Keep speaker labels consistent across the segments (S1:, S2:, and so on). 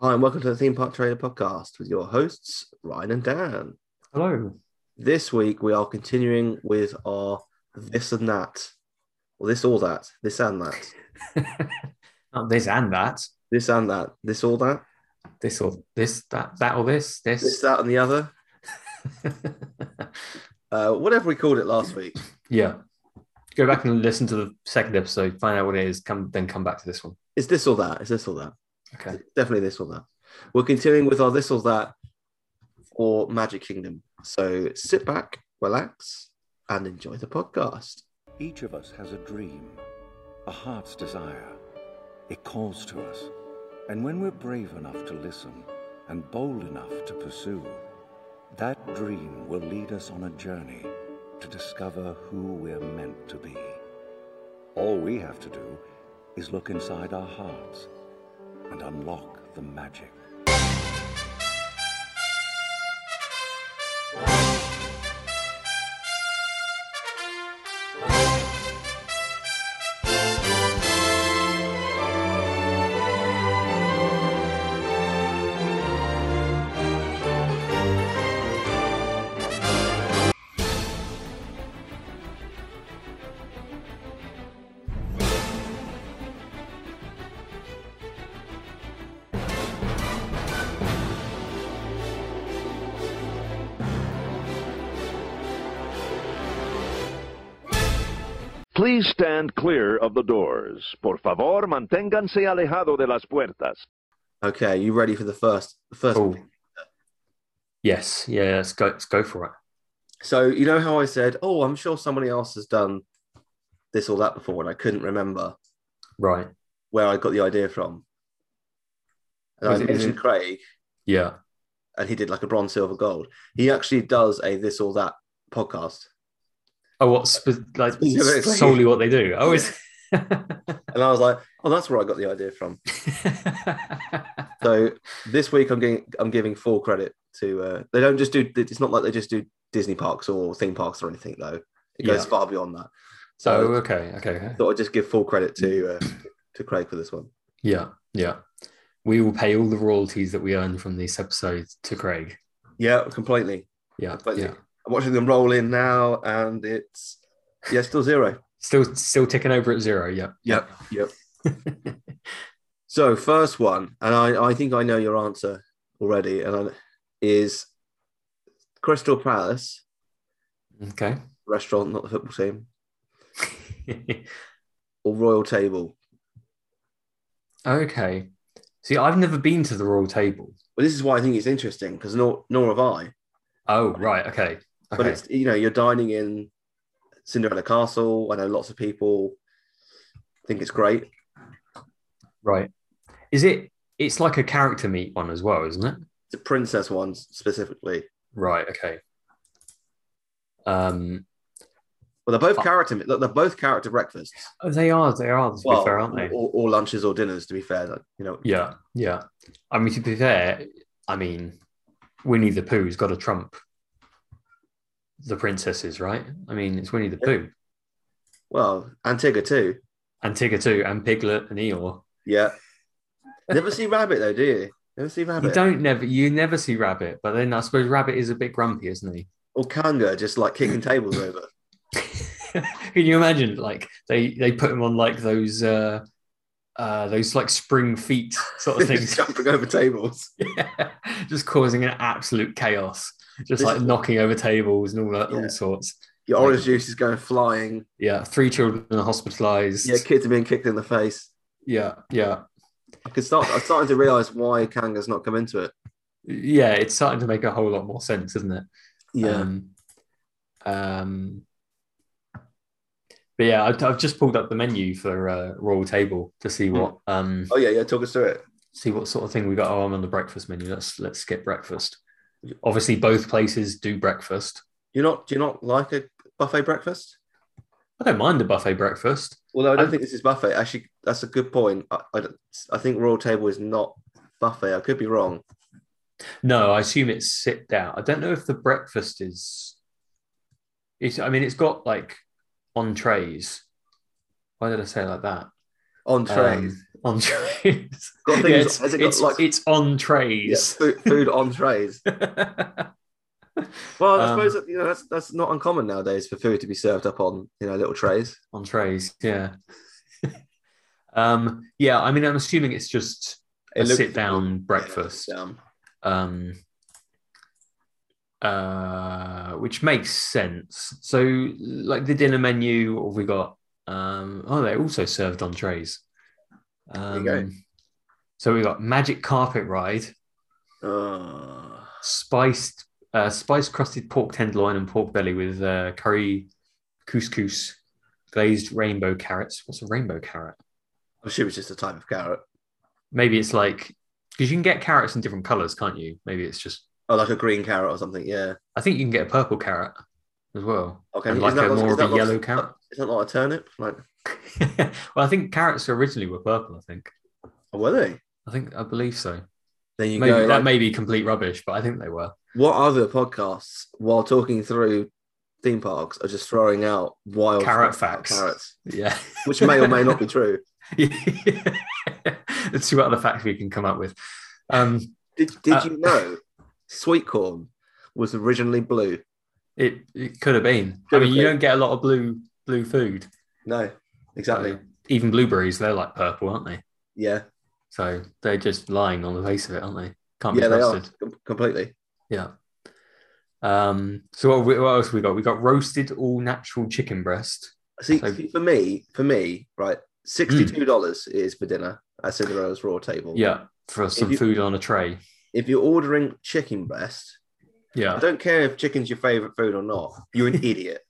S1: Hi, and welcome to the Theme Park Trader podcast with your hosts, Ryan and Dan.
S2: Hello.
S1: This week, we are continuing with our this and that, or this all that, this and that,
S2: Not this and that.
S1: this and that, this all that,
S2: This or this, that, that or this,
S1: this,
S2: this.
S1: that, and the other, uh, whatever we called it last week.
S2: yeah. Go back and listen to the second episode, find out what it is, come then come back to this one.
S1: It's this or that, it's this or that,
S2: Okay.
S1: It's definitely this or that. We're continuing with our this or that for Magic Kingdom. So sit back, relax, and enjoy the podcast.
S3: Each of us has a dream, a heart's desire. It calls to us. And when we're brave enough to listen and bold enough to pursue, that dream will lead us on a journey to discover who we're meant to be. All we have to do is look inside our hearts and unlock the magic.
S4: Please stand clear of the doors. Por favor, manténganse alejado de las puertas.
S1: Okay, you ready for the first? The first
S2: Cool. Yes. Yeah. Let's go. Let's go for it.
S1: So you know how I said, "Oh, I'm sure somebody else has done this or that before," and I couldn't remember
S2: Right.
S1: where I got the idea from. And
S2: Was
S1: I
S2: it-
S1: mentioned Craig,
S2: Yeah.
S1: and he did like a bronze, silver, gold. He actually does a this or that podcast,
S2: Oh, what's spe- like
S1: Specifically.
S2: solely what they do? Oh, is.
S1: and I was like, "Oh, that's where I got the idea from." So this week, I'm giving I'm giving full credit to. Uh, they don't just do. It's not like they just do Disney parks or theme parks or anything though. It goes
S2: Yeah.
S1: far beyond that.
S2: so
S1: So
S2: okay. Okay.
S1: I thought I'd just give full credit to uh, to Craig for this one.
S2: Yeah. Yeah. We will pay all the royalties that we earn from this episode to Craig.
S1: Yeah, completely.
S2: Yeah.
S1: Completely.
S2: Yeah.
S1: I'm watching them roll in now, and it's yeah, still zero.
S2: Still still ticking over at zero. Yeah.
S1: Yep, So first one, and I, I think I know your answer already, and I, is Crystal Palace
S2: okay.
S1: restaurant, not the football team, or Royal Table.
S2: okay. See, I've never been to the Royal Table.
S1: Well, this is why I think it's interesting because nor nor have I,
S2: Oh, right. Okay. Okay.
S1: but it's you know you're dining in Cinderella Castle. I know lots of people think it's great.
S2: right. Is it? It's like a character meet one as well, isn't it?
S1: The princess one specifically.
S2: Right. Okay. Um,
S1: Well, they're both character. They're both character breakfasts.
S2: oh, they are. They are. To be
S1: well,
S2: fair, aren't they?
S1: Or, or lunches or dinners, to be fair. Like, you know,
S2: Yeah. Yeah. I mean, to be fair, I mean, Winnie the Pooh's got to trump the princesses, right? I mean, it's Winnie the Pooh,
S1: well, Antigua too.
S2: Antigua too, and Piglet and Eeyore.
S1: Yeah. Never see Rabbit though, do you? Never see
S2: You
S1: Rabbit.
S2: don't never you never see Rabbit, but then I suppose Rabbit is a bit grumpy, isn't he?
S1: Or Kanga just like kicking tables over.
S2: Can you imagine? Like they they put him on like those uh uh those like spring feet sort of
S1: just
S2: things,
S1: jumping over tables.
S2: Yeah. just causing an absolute chaos, just
S1: This
S2: like
S1: is-
S2: knocking over tables and all that,
S1: Yeah.
S2: all sorts.
S1: Your orange juice is going flying.
S2: Yeah, three children are hospitalised.
S1: Yeah, kids are being kicked in the face.
S2: yeah, yeah,
S1: I can start I'm starting to realise why Kanga's not come into it.
S2: yeah. It's starting to make a whole lot more sense, isn't it?
S1: Um,
S2: Um, um, but yeah, I, I've just pulled up the menu for uh, Royal Table to see what um,
S1: oh yeah, yeah, talk us through it.
S2: see what sort of thing we got. Oh, I'm on the breakfast menu. Let's let's skip breakfast. Obviously, both places do breakfast.
S1: You're not do you not like a buffet breakfast?
S2: I don't mind a buffet breakfast.
S1: Although I don't
S2: I-
S1: think this is buffet. Actually, that's a good point. I, I, don't- I think Royal Table is not buffet. I could be wrong.
S2: No, I assume it's sit down. I don't know if the breakfast is. It's. I mean, it's got like entrees. Why did I say it like that?
S1: On trays.
S2: Um, on trays.
S1: Got things-
S2: Yeah, it's,
S1: has it got,
S2: it's,
S1: like-
S2: it's on
S1: Yeah,
S2: trays.
S1: food, food on trays. Well, I
S2: Um,
S1: suppose that, you know that's that's not uncommon nowadays for food to be served up on you know little trays.
S2: on trays, yeah. um, yeah, I mean, I'm assuming it's just a
S1: looks-
S2: sit down breakfast,
S1: Um,
S2: um, uh, which makes sense. So, like the dinner menu, what have we got? Um, oh, they also served on trays.
S1: you go.
S2: Um, so we got magic carpet ride,
S1: uh,
S2: spiced, uh, spiced crusted pork tenderloin and pork belly with uh, curry, couscous, glazed rainbow carrots. What's a rainbow carrot?
S1: I'm sure it's just a type of carrot.
S2: maybe it's like because you can get carrots in different colors, can't you? Maybe it's just
S1: Oh, like a green carrot or something. Yeah.
S2: I think you can get a purple carrot as well,
S1: Okay.
S2: and
S1: is
S2: like
S1: that
S2: a
S1: is
S2: more of
S1: that
S2: a yellow carrot.
S1: Is that not a turnip? Like,
S2: well, I think carrots originally were purple. I think
S1: oh, were they?
S2: I think I believe so.
S1: Then you
S2: Maybe,
S1: go.
S2: that
S1: like,
S2: may be complete rubbish, but I think they were.
S1: what other podcasts, while talking through theme parks, are just throwing out wild
S2: Carrot
S1: facts about
S2: facts.
S1: Carrots,
S2: Yeah,
S1: which may or may not be true.
S2: Let's see what other facts we can come up with. Um,
S1: Did Did
S2: Uh,
S1: you know sweet corn was originally blue?
S2: it it could have been.
S1: Could
S2: I
S1: have
S2: mean, you
S1: been.
S2: don't get a lot of blue blue food.
S1: No, exactly.
S2: So even blueberries, they're like purple, aren't they?
S1: Oh, Yeah,
S2: So they're just lying on the face of it, aren't they? Can't be
S1: yeah, they are
S2: trusted.
S1: Com- completely.
S2: Yeah. Um, so what, we- what else we got? We got roasted all natural chicken breast.
S1: See,
S2: So-
S1: for me, for me, right, sixty-two dollars is for dinner at Cinderella's Raw Table.
S2: Yeah, for some
S1: Oh. you-
S2: food on a tray.
S1: If you're ordering chicken breast, I
S2: Yeah,
S1: don't care if chicken's your favorite food or not. You're an idiot.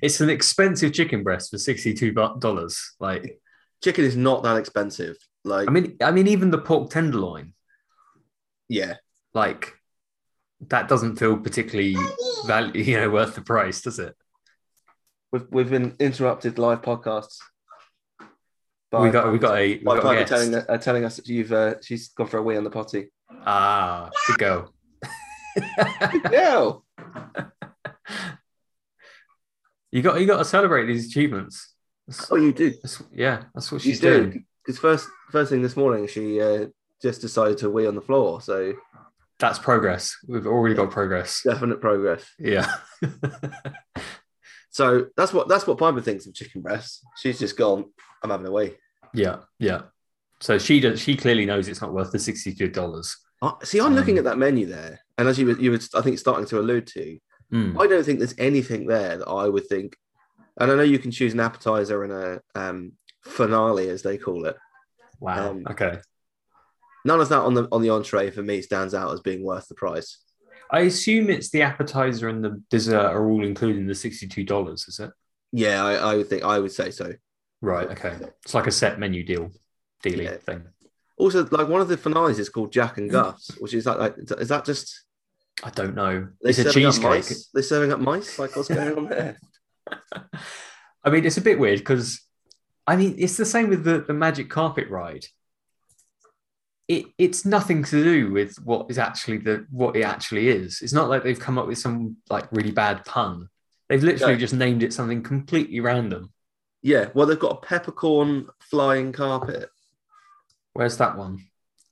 S2: it's an expensive chicken breast for sixty-two bu- dollars. Like,
S1: Chicken is not that expensive. Like,
S2: I mean, I mean, even the pork tenderloin,
S1: yeah,
S2: like that doesn't feel particularly value, you know, worth the price, does it?
S1: we've, we've been interrupted live podcasts.
S2: we got, we got a, we
S1: My
S2: got a
S1: partner
S2: guest.
S1: telling, uh, telling us that you've uh, she's gone for a wee on the potty.
S2: ah, good girl.
S1: Yeah,
S2: you got, you got to celebrate these achievements. That's-
S1: oh, you do.
S2: That's, yeah, that's what
S1: You
S2: she's
S1: do.
S2: doing.
S1: Because first first thing this morning, she uh, just decided to wee on the floor. So
S2: That's progress. We've already got progress.
S1: definite progress.
S2: Yeah.
S1: So that's what that's what Piper thinks of chicken breasts. She's just gone. I'm having a wee.
S2: yeah. Yeah. So she does she clearly knows it's not worth the sixty-two dollars.
S1: Uh, see, I'm looking at
S2: Um,
S1: that menu there, and as you were, you were, I think, starting to allude to, I don't think there's anything there that I would think. And I know you can choose an appetizer and a um, finale, as they call it.
S2: Wow.
S1: Um,
S2: okay.
S1: None of that on the on the entree for me stands out as being worth the price.
S2: I assume it's the appetizer and the dessert are all included in the sixty-two dollars, is it?
S1: Yeah, I, I would think I would say so.
S2: Right. Okay. It's like a set menu deal, dealing
S1: Yeah.
S2: thing.
S1: Also, like one of the finales is called Jack
S2: Mm.
S1: and Gus, which is like, like is that just
S2: I don't know.
S1: they
S2: it's a
S1: serving up
S2: cheesecake.
S1: mice? They're serving up mice. Like what's going on there?
S2: I mean, it's a bit weird because, I mean, it's the same with the, the magic carpet ride. It it's nothing to do with what is actually the what it actually is. It's not like they've come up with some like really bad pun. They've literally
S1: No.
S2: just named it something completely random.
S1: Yeah, well, they've got a peppercorn flying carpet.
S2: Where's that one?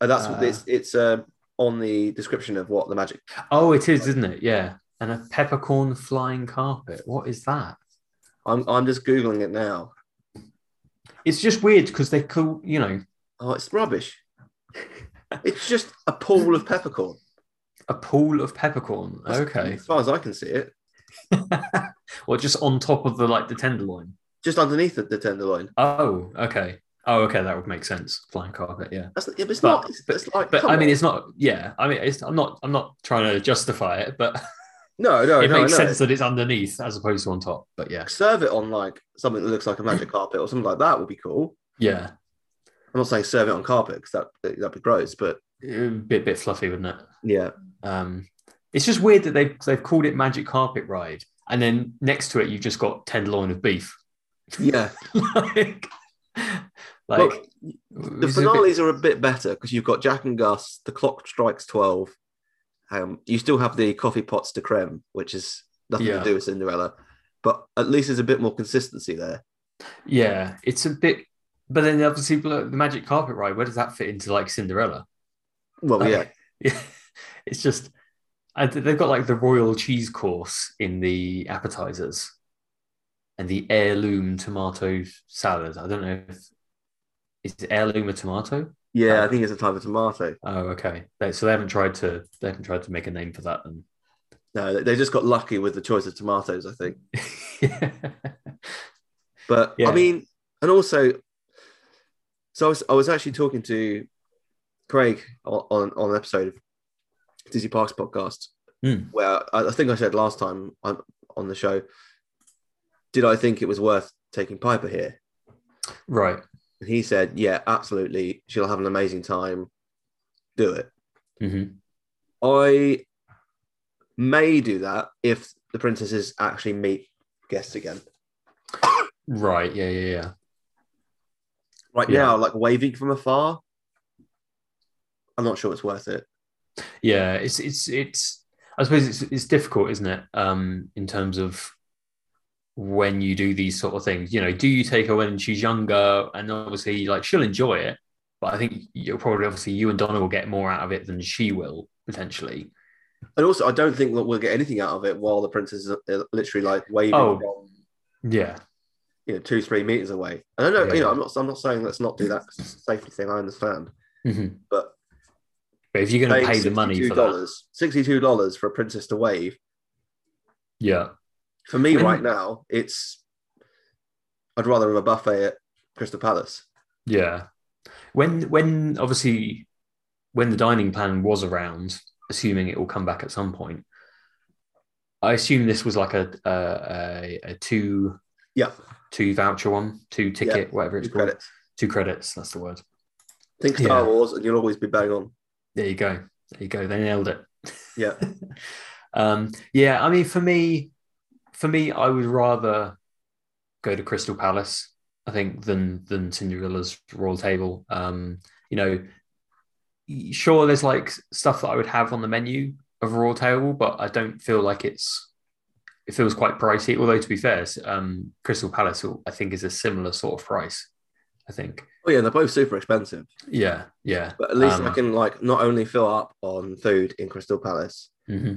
S1: Uh, that's what
S2: Ah.
S1: it's it's uh, on the description of what the magic.
S2: Oh, it is, isn't it? Yeah, and a peppercorn flying carpet. What is that?
S1: I'm I'm just googling it now.
S2: It's just weird because they call you know
S1: Oh, it's rubbish. it's just a pool of peppercorn.
S2: a pool of peppercorn.
S1: That's-
S2: okay,
S1: As far as I can see it,
S2: or just on top of the like the tenderloin.
S1: just underneath the, the tenderloin.
S2: Oh, okay. Oh, okay. That would make sense. Flying carpet. Yeah.
S1: That's yeah, but it's
S2: But-
S1: not. It's, it's like.
S2: But
S1: come
S2: I mean,
S1: on.
S2: it's not. Yeah. I mean, it's. I'm not. I'm not trying to justify it, but
S1: no, no,
S2: it
S1: Oh, no,
S2: makes
S1: no.
S2: sense that it's underneath as opposed to on top. But yeah.
S1: Serve it on like something that looks like a magic carpet or something like that would be cool.
S2: Yeah.
S1: I'm not saying serve it on carpet because that that'd be gross, but
S2: A bit, bit fluffy, wouldn't it?
S1: yeah,
S2: Um, it's just weird that they've they've called it Magic Carpet Ride, and then next to it you've just got tenderloin of beef.
S1: yeah.
S2: like,
S1: Well,
S2: like
S1: The
S2: it's a bit-
S1: finales are a bit better because you've got Jack and Gus. The clock strikes twelve. Um, you still have the coffee pots to creme, which is nothing
S2: Yeah.
S1: to do with Cinderella, but at least there's a bit more consistency there.
S2: Yeah, it's a bit But then obviously below the magic carpet ride, where does that fit into like Cinderella?
S1: Well,
S2: Like,
S1: yeah,
S2: yeah. It's just and they've got like the royal cheese course in the appetizers and the heirloom tomato salad. I don't know if is it heirloom a tomato?
S1: yeah. I think it's a type of tomato.
S2: Oh, okay. They- So they haven't tried to they haven't tried to make a name for that then.
S1: No, they- they just got lucky with the choice of tomatoes, I think. But
S2: Yeah.
S1: I mean, and also, so I was, I was actually talking to Craig on, on, on an episode of Disney Parks podcast,
S2: Hmm.
S1: where I, I think I said last time on, on the show, did I think it was worth taking Piper here?
S2: right.
S1: And he said, yeah, absolutely. She'll have an amazing time. Do it.
S2: hmm
S1: I may do that if the princesses actually meet guests again.
S2: Right. Yeah. Yeah. Yeah.
S1: Right
S2: Yeah.
S1: now, like waving from afar, I'm not sure it's worth it.
S2: Yeah. It's it's it's. I suppose it's it's difficult, isn't it? Um, in terms of when you do these sort of things, you know, do you take her when she's younger, and obviously, like she'll enjoy it, but I think you'll probably obviously you and Donna will get more out of it than she will potentially.
S1: And also, I don't think that we'll get anything out of it while the princess is uh, literally like waving
S2: Oh.
S1: from
S2: Yeah.
S1: you know two three meters away. And I know
S2: Yeah.
S1: you know I'm not I'm not saying let's not do that 'cause it's a safety thing. I understand,
S2: Mhm.
S1: but
S2: But if you're going to pay
S1: paying
S2: the money for that,
S1: dollars sixty two dollars for a princess to wave
S2: yeah.
S1: for me
S2: When-
S1: right now it's I'd rather have a buffet at Crystal Palace.
S2: Yeah. When when obviously when the dining plan was around, assuming it will come back at some point, I assume this was like a a, a, a two
S1: Yeah,
S2: two voucher one, two ticket, whatever it's
S1: two
S2: called.
S1: credits.
S2: Two credits, that's the word.
S1: Think Star
S2: Yeah.
S1: Wars, and you'll always be bang on.
S2: There you go. There you go. They nailed it.
S1: Yeah.
S2: um, yeah, I mean, for me, for me, I would rather go to Crystal Palace, I think, than than Cinderella's Royal Table. Um, you know, sure, there's like stuff that I would have on the menu of Royal Table, but I don't feel like it's it feels quite pricey. Although to be fair, um, Crystal Palace, I think, is a similar sort of price. I think.
S1: Oh yeah, they're both super expensive.
S2: Yeah. Yeah.
S1: But at least I
S2: Um,
S1: can like not only fill up on food in Crystal Palace,
S2: hmm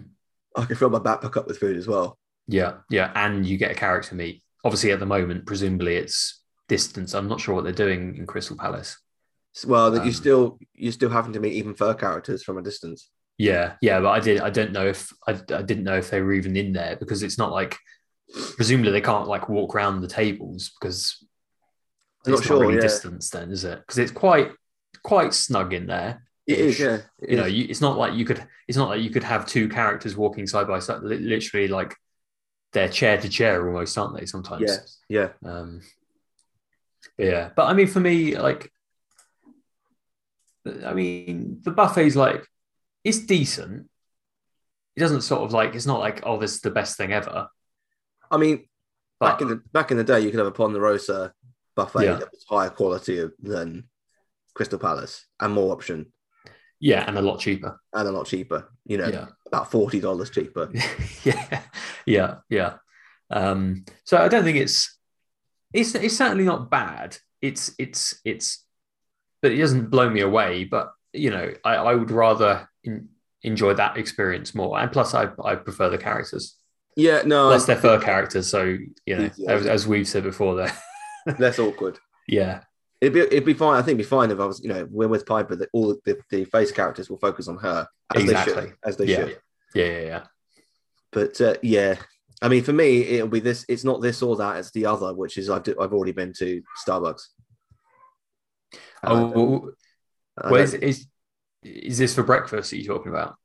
S1: I can fill my backpack up with food as well.
S2: Yeah, yeah, and you get a character meet. Obviously, at the moment, presumably it's distance. I'm not sure what they're doing in Crystal Palace.
S1: S- Well, that
S2: Um,
S1: you still you're still having to meet even fur characters from a distance.
S2: Yeah, yeah, but I did. I don't know if I, I didn't know if they were even in there because it's not like presumably they can't like walk around the tables because
S1: I'm not
S2: it's
S1: sure.
S2: not really
S1: yeah.
S2: distance then, is it? Because it's quite quite snug in there.
S1: It is. Yeah. It
S2: you know
S1: is.
S2: you, it's not like you could it's not like you could have two characters walking side by side li- literally like they're chair to chair almost aren't they sometimes
S1: Yeah, yeah.
S2: um yeah but i mean for me like i mean the buffet's like it's decent it doesn't sort of like it's not like oh this is the best thing ever
S1: I mean,
S2: but
S1: back in the back in the day, you could have a Ponderosa buffet
S2: Yeah.
S1: that was higher quality than Crystal Palace and more option
S2: yeah and a lot cheaper
S1: and a lot cheaper. You know,
S2: yeah
S1: about forty dollars cheaper.
S2: yeah, yeah, yeah. Um, so I don't think it's it's it's certainly not bad. It's it's it's, but it doesn't blow me away. But you know, I, I would rather en- enjoy that experience more. And plus, I I prefer the characters.
S1: Yeah. No.
S2: Plus, they're fur characters, so you know,
S1: Yeah.
S2: as, as we've said before, there.
S1: less awkward.
S2: yeah,
S1: It'd be, it'd be fine. I think it'd be fine if I was, you know, we're with Piper. That all the, the face characters will focus on her as they
S2: Exactly.
S1: should, as they
S2: Yeah.
S1: should.
S2: yeah, yeah, yeah.
S1: but uh, yeah i mean for me it'll be this it's not this or that it's the other which is i've, do, I've already been to starbucks And I don't-
S2: Oh,
S1: I
S2: well,
S1: don't-
S2: is, is is this for breakfast? That you're talking about?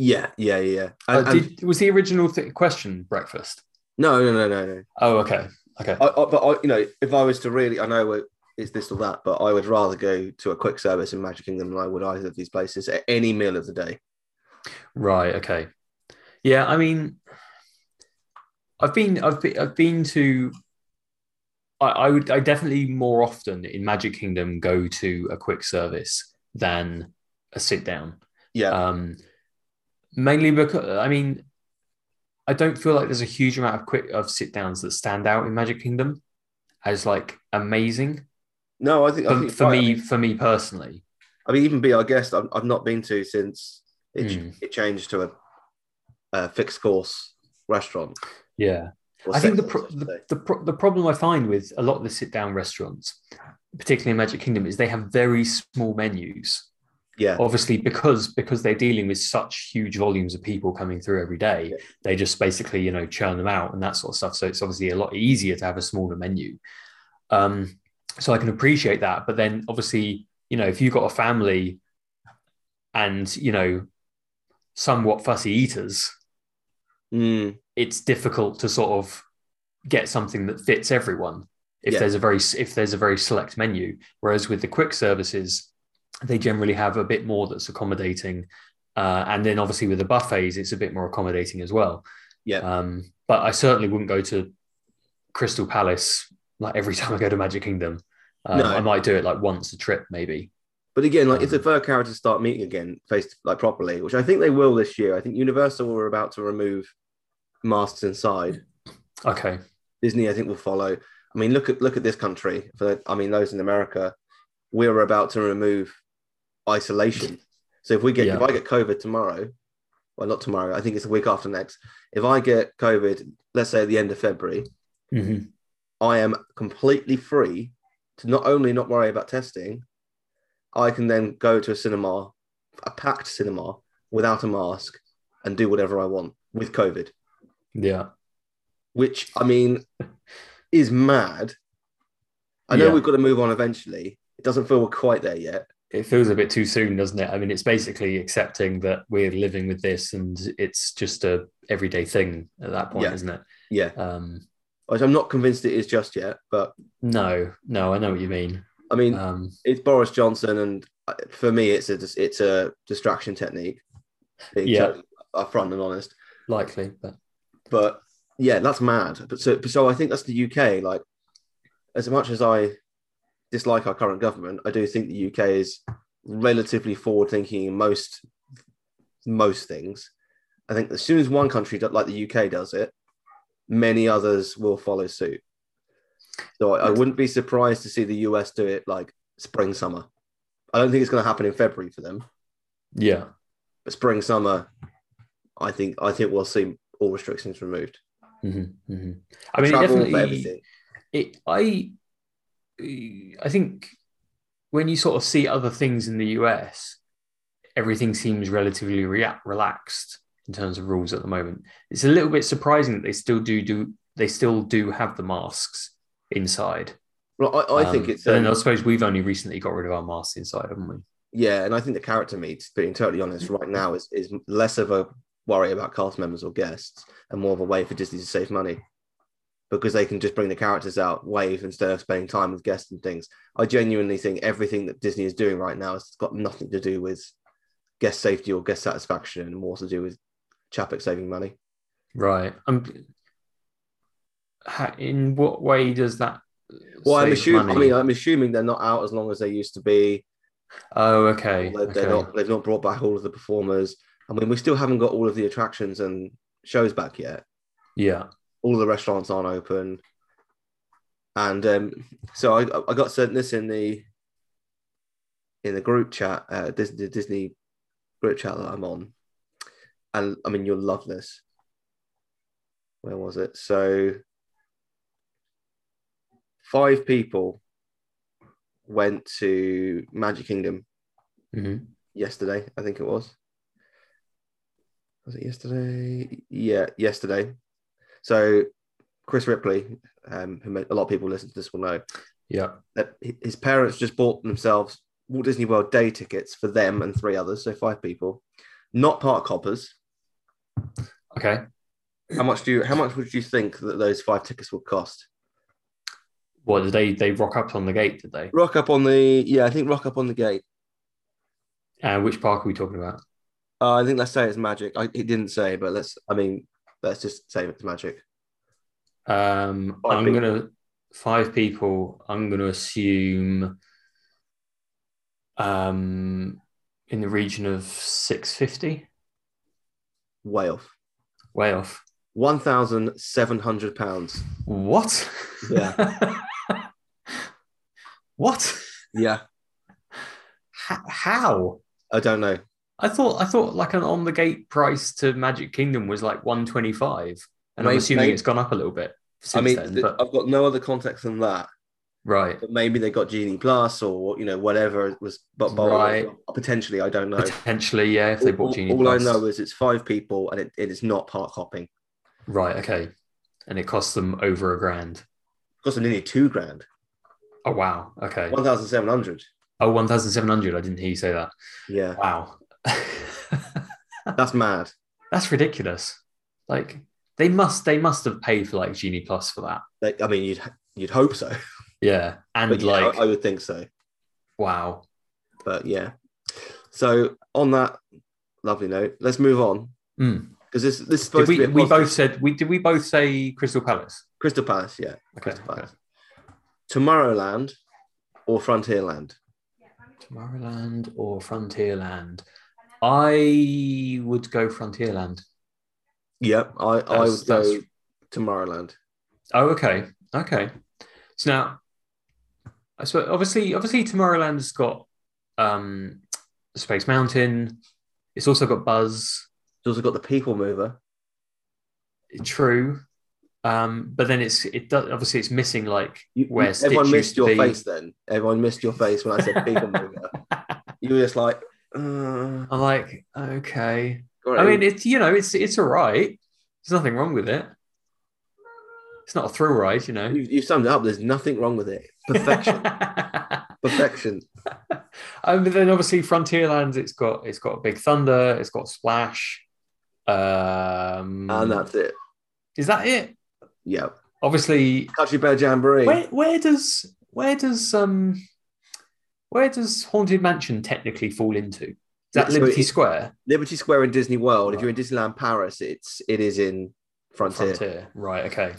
S1: yeah yeah yeah
S2: Uh,
S1: and, and-
S2: did, was the original th- question breakfast?
S1: no no no no no
S2: Oh, okay, okay.
S1: I, I, but I, you know if i was to really i know we're- it's this or that but i would rather go to a quick service in magic kingdom than i would either of these places at any meal of the day
S2: Right. Okay. Yeah. I mean, I've been, I've been, I've been to. I, I would, I definitely more often in Magic Kingdom go to a quick service than a sit down.
S1: yeah
S2: Um, mainly because I mean, I don't feel like there's a huge amount of quick of sit downs that stand out in Magic Kingdom as like amazing.
S1: No, I think, I
S2: For,
S1: think
S2: for
S1: right.
S2: me, for me personally,
S1: I mean, even be our guest. I've, I've not been to since it,
S2: Hmm.
S1: it changed to a, a fixed course restaurant.
S2: yeah.
S1: or
S2: I think the,
S1: set
S2: pro-
S1: course, I should
S2: the,
S1: say.
S2: the, pro- the problem I find with a lot of the sit down restaurants, particularly in Magic Kingdom, is they have very small menus.
S1: yeah,
S2: Obviously, because because they're dealing with such huge volumes of people coming through every day,
S1: Yeah.
S2: they just basically you know churn them out and that sort of stuff. So it's obviously a lot easier to have a smaller menu. Um, so I can appreciate that, but then obviously you know if you've got a family and you know somewhat fussy eaters,
S1: Mm,
S2: it's difficult to sort of get something that fits everyone if
S1: Yeah.
S2: there's a very if there's a very select menu whereas with the quick services they generally have a bit more that's accommodating uh, and then obviously with the buffets it's a bit more accommodating as well
S1: Yeah.
S2: um, but i certainly wouldn't go to crystal palace like every time i go to magic kingdom um,
S1: No.
S2: i might do it like once a trip maybe
S1: but again, like if the
S2: Um,
S1: fur characters start meeting again, face like properly, which I think they will this year. I think Universal were about to remove masks inside.
S2: okay
S1: Disney, I think, will follow. I mean, look at look at this country. For the, I mean, those in America, we are about to remove isolation. So if we get if
S2: Yeah.
S1: I get COVID tomorrow, well, not tomorrow. I think it's the week after next. If I get COVID, let's say at the end of February, Mm-hmm.
S2: Mhm.
S1: I am completely free to not only not worry about testing, I can then go to a cinema, a packed cinema, without a mask, and do whatever I want with COVID
S2: yeah
S1: which I mean is mad. I know
S2: Yeah.
S1: we've got to move on eventually. It doesn't feel we're quite there yet.
S2: it feels a bit too soon, doesn't it? I mean, it's basically accepting that we're living with this, and it's just a everyday thing at that point,
S1: Yeah.
S2: isn't it?
S1: Yeah.
S2: Um,
S1: Which I'm not convinced it is just yet, but
S2: no, no, I know what you mean.
S1: I mean,
S2: Um,
S1: it's Boris Johnson, and uh, for me, it's a dis- it's a distraction technique. Being
S2: Yeah.
S1: totally upfront and honest,
S2: likely, but
S1: but yeah, that's mad. But so so I think that's the UK. Like, as much as I dislike our current government, I do think the UK is relatively forward thinking in most most things. I think as soon as one country do- like the UK does it, many others will follow suit. So I, I wouldn't be surprised to see the US do it like spring summer. I don't think it's going to happen in February for them,
S2: yeah,
S1: but spring summer, I think I think we'll see all restrictions removed.
S2: hmm hmm I mean, it
S1: Travel for
S2: definitely.
S1: everything.
S2: It, I, I think when you sort of see other things in the US, everything seems relatively rea- relaxed in terms of rules at the moment. It's a little bit surprising that they still do do they still do have the masks inside.
S1: Well, I, I
S2: Um,
S1: think it's
S2: but then
S1: um,
S2: I suppose we've only recently got rid of our masks inside, haven't we?
S1: yeah, and I think the character meets, being totally honest, right now is is less of a worry about cast members or guests and more of a way for Disney to save money because they can just bring the characters out, wave instead of spending time with guests and things. I genuinely think everything that Disney is doing right now has got nothing to do with guest safety or guest satisfaction and more to do with Chappick saving money.
S2: Right. Um, ha- in what way does that?
S1: Well, I'm
S2: save
S1: assuming. I
S2: money?
S1: mean, I'm assuming they're not out as long as they used to be.
S2: oh, okay.
S1: They're, they're
S2: okay.
S1: not. They've not brought back all of the performers. I mean, we still haven't got all of the attractions and shows back yet.
S2: Yeah.
S1: all the restaurants aren't open. And um, so I, I got sent this in the in the group chat, uh, Disney, the Disney group chat that I'm on. And I mean, you'll love this. Where was it? So five people went to Magic Kingdom
S2: hmm
S1: yesterday, I think it was. Was it yesterday? Yeah, yesterday. So Chris Ripley, um, who ma- a lot of people listen to this will know,
S2: Yeah.
S1: that hi- his parents just bought themselves Walt Disney World day tickets for them and three others, so five people, not park hoppers.
S2: Okay.
S1: How much do you? How much would you think that those five tickets would cost?
S2: What did they? They rock up on the gate, did they?
S1: Rock up on the yeah, I think rock up on the gate.
S2: Uh, which park are we talking about?
S1: Uh, I think let's say it's magic. I, it didn't say, but let's. I mean, let's just say it's magic.
S2: Um,
S1: Five
S2: I'm
S1: people.
S2: gonna five people. I'm gonna assume um, in the region of six fifty.
S1: Way off.
S2: Way off.
S1: One thousand seven hundred pounds.
S2: What?
S1: Yeah.
S2: What?
S1: Yeah,
S2: H- how?
S1: I don't know.
S2: I thought I thought like an on the gate price to Magic Kingdom was like one twenty five, and I'm
S1: Maybe-
S2: assuming
S1: maybe-
S2: it's gone up a little bit
S1: I
S2: since
S1: mean, uh,
S2: then.
S1: th-
S2: but
S1: I've got no other context than that.
S2: right,
S1: But maybe they got Genie Plus or you know whatever it was. But but
S2: Right.
S1: potentially, I don't know.
S2: potentially, yeah. If they
S1: all
S2: bought Genie,
S1: all I
S2: Plus.
S1: know is it's five people and it, it is not park hopping.
S2: right, okay, and it costs them over a grand.
S1: It cost them nearly two grand,
S2: Oh wow, okay.
S1: one thousand seven hundred.
S2: Oh, 1,700. I didn't hear you say that.
S1: Yeah,
S2: Wow.
S1: that's mad.
S2: That's ridiculous. Like they must they must have paid for like Genie Plus for that.
S1: Like, I mean, you'd you'd hope so,
S2: Yeah. And
S1: but yeah, I-
S2: like
S1: I would think so.
S2: wow.
S1: But yeah. So on that lovely note, let's move on
S2: Mm.
S1: because this this is
S2: Did
S1: supposed
S2: we,
S1: to be a
S2: we
S1: positive-
S2: both said we did we both say Crystal Palace?
S1: Crystal Palace. Yeah,
S2: Okay.
S1: Crystal
S2: okay.
S1: Palace. Tomorrowland or Frontierland.
S2: Tomorrowland or Frontierland? I would go Frontierland.
S1: Yep, I I
S2: That's-
S1: would go
S2: that's-
S1: Tomorrowland.
S2: Oh, okay. Okay. So now I suppose obviously obviously Tomorrowland's got um Space Mountain. It's also got Buzz.
S1: It's also got the People Mover.
S2: True. Um, but then it's it does obviously it's missing like
S1: You,
S2: Where
S1: you-
S2: Stitch
S1: everyone
S2: used
S1: missed
S2: to
S1: your
S2: be.
S1: face then. Everyone missed your face when I said People Mover. You were just like, uh,
S2: I'm like, okay.
S1: great.
S2: I mean it's you know, it's it's all right. There's nothing wrong with it. It's not a thrill ride, you know.
S1: you, you summed it up. There's nothing wrong with it. Perfection, perfection.
S2: um, but then obviously Frontierlands, it's got it's got Big Thunder, it's got Splash. Um
S1: And that's it.
S2: is that it?
S1: Yeah,
S2: Obviously
S1: Country Bear Jamboree.
S2: where where does where does um where does Haunted Mansion technically fall into? Is that
S1: Yeah, so
S2: Liberty
S1: it-
S2: Square?
S1: Liberty Square in Disney World. If
S2: Right.
S1: you're in Disneyland Paris, it's it is in Frontier.
S2: Frontier. Right. Okay.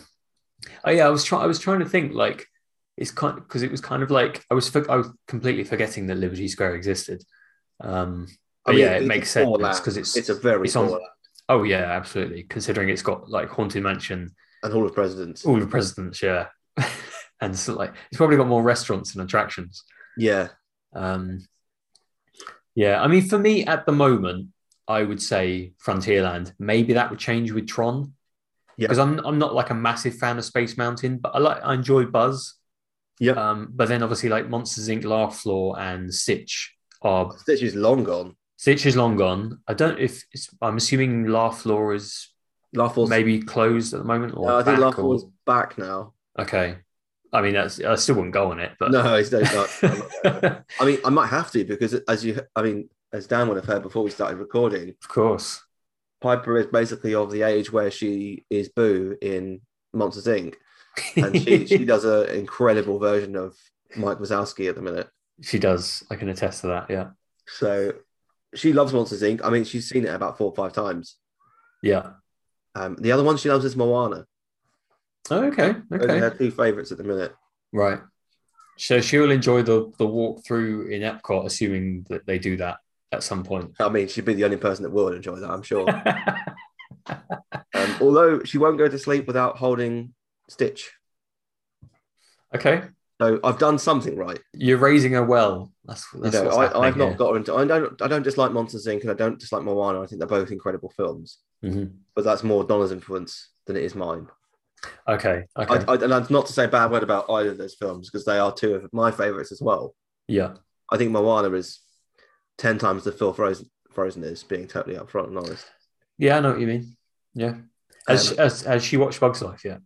S2: Oh yeah, I was trying. I was trying to think like it's kind because it was kind of like I was for- I was completely forgetting that Liberty Square existed. Um.
S1: I
S2: but
S1: mean,
S2: yeah,
S1: it's
S2: it
S1: a
S2: makes
S1: poor
S2: sense
S1: land.
S2: because it's,
S1: It's a very
S2: it's on-
S1: poor land.
S2: oh yeah, absolutely. Considering it's got like Haunted Mansion,
S1: and Hall of Presidents.
S2: all the presidents, yeah, and so, like it's probably got more restaurants and attractions.
S1: Yeah,
S2: Um. Yeah, I mean, for me at the moment, I would say Frontierland. Maybe that would change with Tron.
S1: Yeah.
S2: Because I'm I'm not like a massive fan of Space Mountain, but I like I enjoy Buzz.
S1: Yeah.
S2: Um, but then obviously like Monsters Inc. Laugh Floor and Stitch are
S1: Stitch is long gone.
S2: Stitch is long gone. I don't if it's, I'm assuming Laugh Floor is
S1: Laugh Floor's-
S2: maybe closed at the moment or
S1: No, uh, I think
S2: back
S1: Laugh
S2: or-
S1: Floor's back now.
S2: okay. I mean that's I still wouldn't go on it, but
S1: No, it's no. it's not. I'm not going there. I mean, I might have to because as you, I mean, as Dan would have heard before we started recording,
S2: of course.
S1: Piper is basically of the age where she is Boo in Monsters Inc. and she she does an incredible version of Mike Wazowski at the minute.
S2: She does. I can attest to that. Yeah.
S1: So she loves Monsters Inc. I mean, she's seen it about four or five times.
S2: Yeah.
S1: Um, the other one she loves is Moana.
S2: Oh, okay.
S1: Those are
S2: Okay.
S1: her two favorites at the minute.
S2: Right. So she'll enjoy the the walk through in Epcot, assuming that they do that at some point.
S1: I mean, she'd be the only person that would enjoy that, I'm sure. um, although she won't go to sleep without holding Stitch.
S2: okay,
S1: So I've done something right.
S2: you're raising her well. That's
S1: You
S2: that's
S1: know,
S2: what's
S1: I,
S2: happening
S1: I've not
S2: here.
S1: got into. I don't. I don't dislike Monsters Inc. and I don't dislike Moana. I think they're both incredible films,
S2: Mhm.
S1: but that's more Donna's influence than it is mine.
S2: Okay. Okay.
S1: I, I, and that's not to say a bad word about either of those films because they are two of my favorites as well.
S2: yeah.
S1: I think Moana is ten times the Phil Frozen, Frozen is. Being totally upfront and honest.
S2: Yeah. I know what you mean. Yeah.
S1: Um,
S2: As as as she watched Bugs Life. Yeah.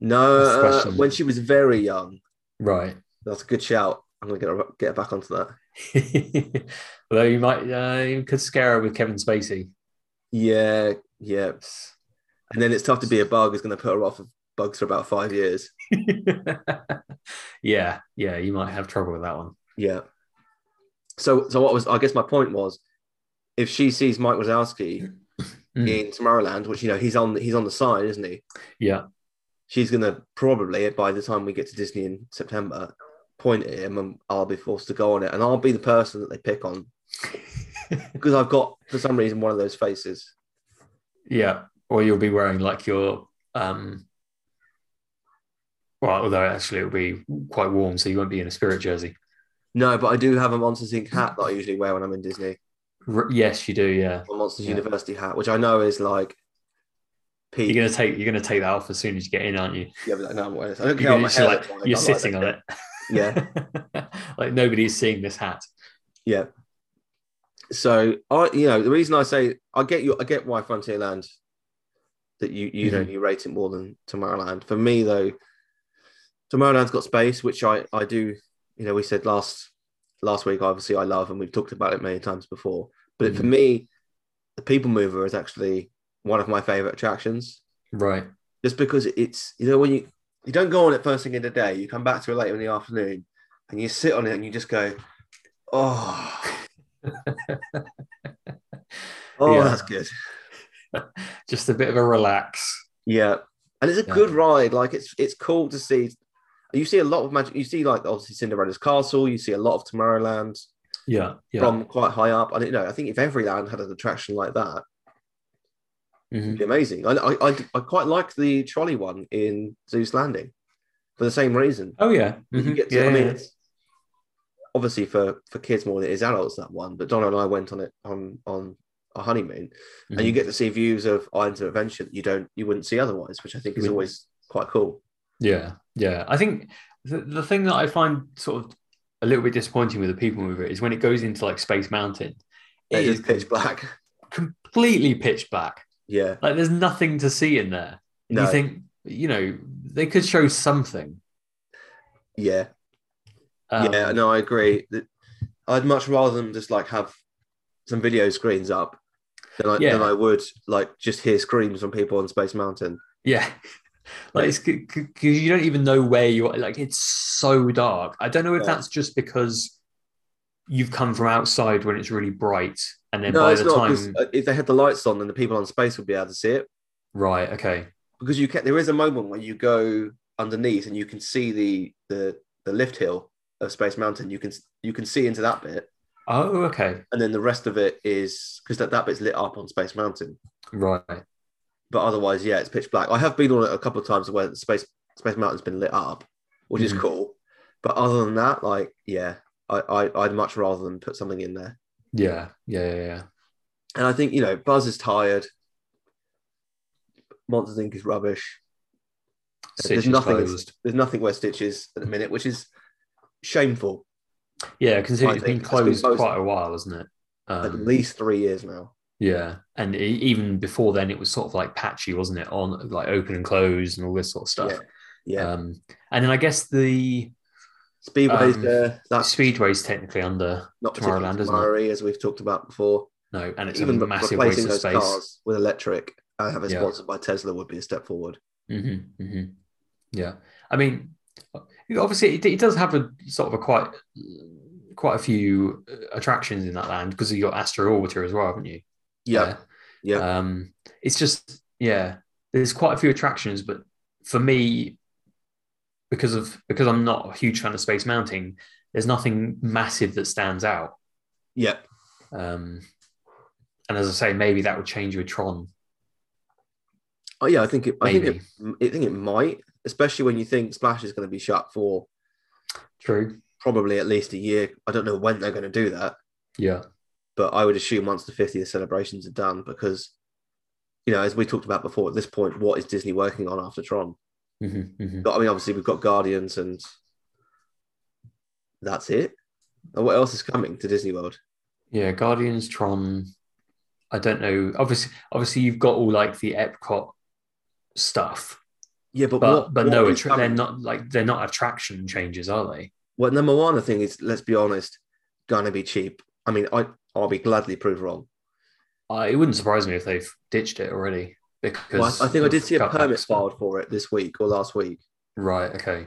S1: No,
S2: That's the
S1: uh,
S2: question.
S1: when she was very young.
S2: Right.
S1: That's a good shout. I'm gonna get her, get back onto that.
S2: Although you might uh, you could scare her with Kevin Spacey.
S1: Yeah, yeah. And then it's tough to be a bug is going to put her off of bugs for about five years.
S2: yeah. Yeah. You might have trouble with that one.
S1: Yeah. So, so what was I guess my point was, if she sees Mike Wazowski
S2: Mm.
S1: in Tomorrowland, which you know he's on he's on the side, isn't he?
S2: Yeah.
S1: She's going to probably by the time we get to Disney in September, point at him, and I'll be forced to go on it, and I'll be the person that they pick on because I've got for some reason one of those faces.
S2: Yeah, or you'll be wearing like your um Well, although actually it'll be quite warm, so you won't be in a spirit jersey.
S1: No, but I do have a Monsters Inc. hat that I usually wear when I'm in Disney.
S2: R- yes, you do. Yeah,
S1: A Monsters
S2: Yeah.
S1: University hat, which I know is like peak.
S2: you're gonna take you're gonna take that off as soon as you get in, aren't you?
S1: yeah, but like, no, I'm wearing this. I don't care
S2: You're,
S1: what
S2: gonna-
S1: my
S2: it's
S1: hair
S2: like,
S1: looks like,
S2: you're
S1: I'm
S2: sitting
S1: like,
S2: on it.
S1: Yeah,
S2: like nobody's seeing this hat.
S1: yeah. So I, you know, the reason I say I get you, I get why Frontierland that you you
S2: Mm-hmm.
S1: know you rate it more than Tomorrowland. For me though, Tomorrowland's got space, which I I do. You know, we said last last week. Obviously, I love, and we've talked about it many times before. But for
S2: Mhm.
S1: me, the People Mover is actually one of my favorite attractions.
S2: Right.
S1: just because it's you know when you you don't go on it first thing in the day you come back to it later in the afternoon and you sit on it and you just go oh oh
S2: Yeah.
S1: that's good
S2: Just a bit of a relax.
S1: yeah and it's a
S2: Yeah.
S1: good ride like it's it's cool to see you see a lot of magic you see like obviously cinderella's castle you see a lot of tomorrowland
S2: Yeah. Yeah.
S1: from quite high up and you know i think if every land had an attraction like that
S2: Mhm.
S1: it'd be amazing I, I, I, I quite like the trolley one in zeus landing for the same reason
S2: Oh yeah.
S1: You can
S2: Mhm.
S1: get to- I mean, it's obviously for for kids more than it is adults that one. But Donna and I went on it on on our honeymoon, and you
S2: Mhm.
S1: get to see views of Islands of Adventure that you don't you wouldn't see otherwise, which I think is
S2: Mhm.
S1: always quite cool.
S2: Yeah, yeah. I think the, the thing that I find sort of a little bit disappointing with the people mover is when it goes into like Space Mountain, it
S1: It's
S2: is
S1: just pitch black.
S2: completely pitch black.
S1: Yeah,
S2: Like there's nothing to see in there. And
S1: No.
S2: You think, you know, they could show something.
S1: yeah,
S2: Um,
S1: yeah. No, I agree. That- I'd much rather them just like have some video screens up than I
S2: Yeah.
S1: than I would like just hear screams from people on Space Mountain.
S2: Yeah. Like it's because you don't even know where you are. Like it's so dark. I don't know if
S1: Yeah.
S2: that's just because you've come from outside when it's really bright, and then
S1: no,
S2: by
S1: it's
S2: the
S1: not.
S2: time,
S1: 'cause, uh, if they had the lights on, then the people on space would be able to see it.
S2: right? Okay.
S1: because you can there is a moment where you go underneath and you can see the the the lift hill of space mountain you can you can see into that bit
S2: Oh, okay.
S1: and then the rest of it is because that, that bit's lit up on space mountain
S2: Right.
S1: but otherwise yeah it's pitch black i have been on it a couple of times where space space mountain's been lit up which
S2: Mhm.
S1: is cool but other than that like yeah I, I i'd much rather than put something in there
S2: Yeah. Yeah. Yeah. yeah.
S1: and i think you know buzz is tired monsters inc is rubbish
S2: Stitch
S1: there's
S2: is
S1: nothing.
S2: closed.
S1: There's nothing where Stitch is at the minute, which is shameful.
S2: Yeah,
S1: I
S2: considering it's been
S1: think it's been
S2: closed
S1: closed.
S2: quite a while, isn't it? Um,
S1: At least three years now.
S2: Yeah, and e- even before then, it was sort of like patchy, wasn't it? On like open and closed and all this sort of stuff.
S1: Yeah,
S2: Um, and then I guess the
S1: Speedway's
S2: um,
S1: there. That's
S2: Speedway's technically under
S1: not particularly
S2: Tomorrowland, isn't it?
S1: tomorrow-y, as we've talked about before.
S2: no, and it's
S1: Even
S2: a
S1: re-
S2: massive waste
S1: replacing
S2: of
S1: those
S2: space.
S1: cars with electric and having
S2: Yeah.
S1: sponsored by Tesla would be a step forward.
S2: Mm-hmm, hmm Yeah, I mean, obviously, it, it does have a sort of a quite quite a few uh, attractions in that land because you got Astro Orbiter as well, haven't you?
S1: Yeah,
S2: there. Um, it's just, yeah, there's quite a few attractions, but for me, because of because I'm not a huge fan of Space Mountain, there's nothing massive that stands out.
S1: yeah,
S2: Um, and as I say, maybe that would change with Tron.
S1: oh yeah. I think it. I think it,
S2: Maybe.
S1: I think it might, especially when you think Splash is going to be shut for
S2: True.
S1: probably at least a year. I don't know when they're going to do that.
S2: Yeah.
S1: but I would assume once the 50th celebrations are done, because you know, as we talked about before, at this point, what is Disney working on after Tron?
S2: hmm hmm
S1: But, I mean, obviously, we've got Guardians, and that's it. And what else is coming to Disney World?
S2: Yeah. Guardians, Tron. I don't know. Obviously, obviously, you've got all like the Epcot stuff,
S1: Yeah, but
S2: but
S1: what,
S2: but
S1: what
S2: no,
S1: is
S2: attra- they're
S1: coming?
S2: not like they're not attraction changes, are they?
S1: Well, number one, I think is let's be honest, gonna be cheap. I mean, I I'll be gladly proved wrong.
S2: Uh, it wouldn't surprise me if they've ditched it already because
S1: Well, I, I think I
S2: of
S1: did see a
S2: cutbacks.
S1: permit filed for it this week or last week,
S2: Right. Okay.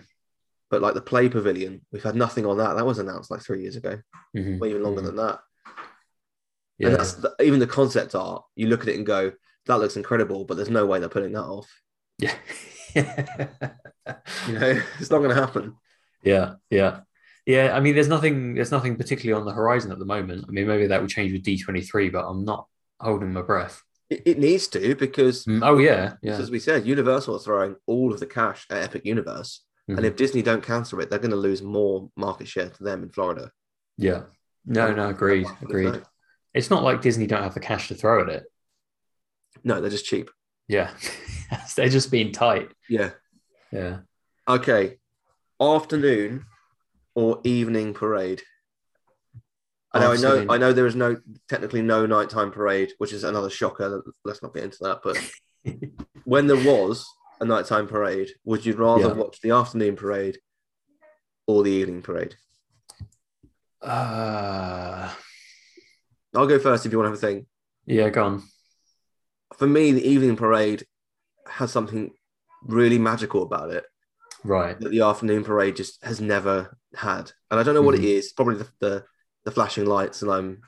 S1: but like the Play Pavilion, we've had nothing on that. That was announced like three years ago,
S2: Mhm.
S1: well, even longer
S2: Mhm.
S1: than that.
S2: Yeah.
S1: And that's the, even the concept art. You look at it and go, "That looks incredible," but there's no way they're putting that off.
S2: yeah.
S1: You know, it's not going to happen.
S2: yeah. Yeah. Yeah. I mean, there's nothing. There's nothing particularly on the horizon at the moment. I mean, maybe that will change with D23, but I'm not holding my breath.
S1: It, it needs to because,
S2: Mm, Oh yeah. Yeah.
S1: as we said, Universal are throwing all of the cash at Epic Universe,
S2: Mm-hmm.
S1: And if Disney don't counter it, they're going to lose more market share to them in Florida.
S2: Yeah. No, no, agreed. Agreed. It's not like Disney don't have the cash to throw at it.
S1: No, they're just cheap.
S2: Yeah. They're just being tight.
S1: Yeah.
S2: Yeah.
S1: Okay. Afternoon or evening parade. I know, I know,
S2: Afternoon.
S1: I know. There is no technically no nighttime parade, which is another shocker. Let's not get into that. But when there was a nighttime parade, would you rather
S2: Yeah.
S1: watch the afternoon parade or the evening parade?
S2: Uh,
S1: I'll go first if you want to have a thing.
S2: yeah, gone.
S1: For me, the evening parade has something really magical about it.
S2: Right.
S1: that the afternoon parade just has never had, and I don't know what
S2: Mm-hmm.
S1: it is. Probably the, the the flashing lights, and I'm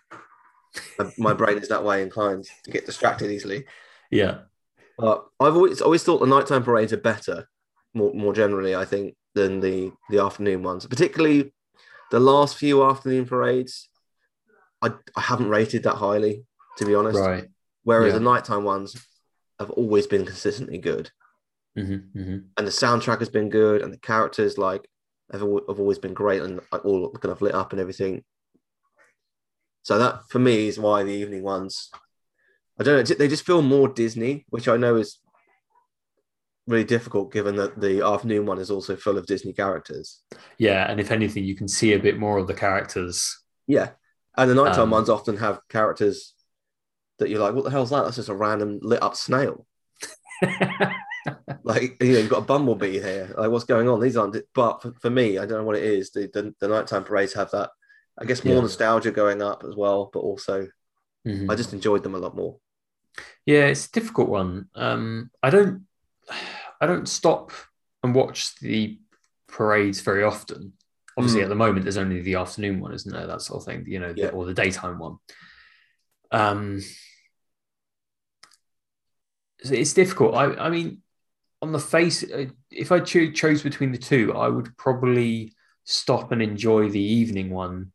S1: my- my brain is that way inclined to get distracted easily.
S2: Yeah.
S1: But I've always always thought the nighttime parades are better, more more generally, I think, than the the afternoon ones. Particularly the last few afternoon parades, I I haven't rated that highly, to be honest.
S2: Right.
S1: Whereas
S2: yeah.
S1: the nighttime ones have always been consistently good
S2: hmm hmm
S1: and the soundtrack has been good, and the characters like have, al- have always been great and like, all kind of lit up and everything. So that for me is why the evening ones. I don't know. ju- They just feel more Disney, which I know is really difficult given that the afternoon one is also full of Disney characters.
S2: Yeah. And if anything, you can see a bit more of the characters.
S1: Yeah, and the nighttime
S2: Um,
S1: ones often have characters that you're like, "What the hell's that? That's just a random lit up snail." like you know, you've got a bumblebee here. Like, what's going on? These aren't. But for, for me, I don't know what it is. The, the the nighttime parades have that. I guess more
S2: Yeah.
S1: nostalgia going up as well, but also
S2: Mhm.
S1: I just enjoyed them a lot more.
S2: Yeah, it's a difficult one. Um, I don't, I don't stop and watch the parades very often. Obviously,
S1: Mm.
S2: at the moment, there's only the afternoon one, isn't there? That sort of thing, you know, the-
S1: Yeah.
S2: or the daytime one. Um, so it's difficult. I, I mean, on the face, uh, if I cho- chose between the two, I would probably stop and enjoy the evening one,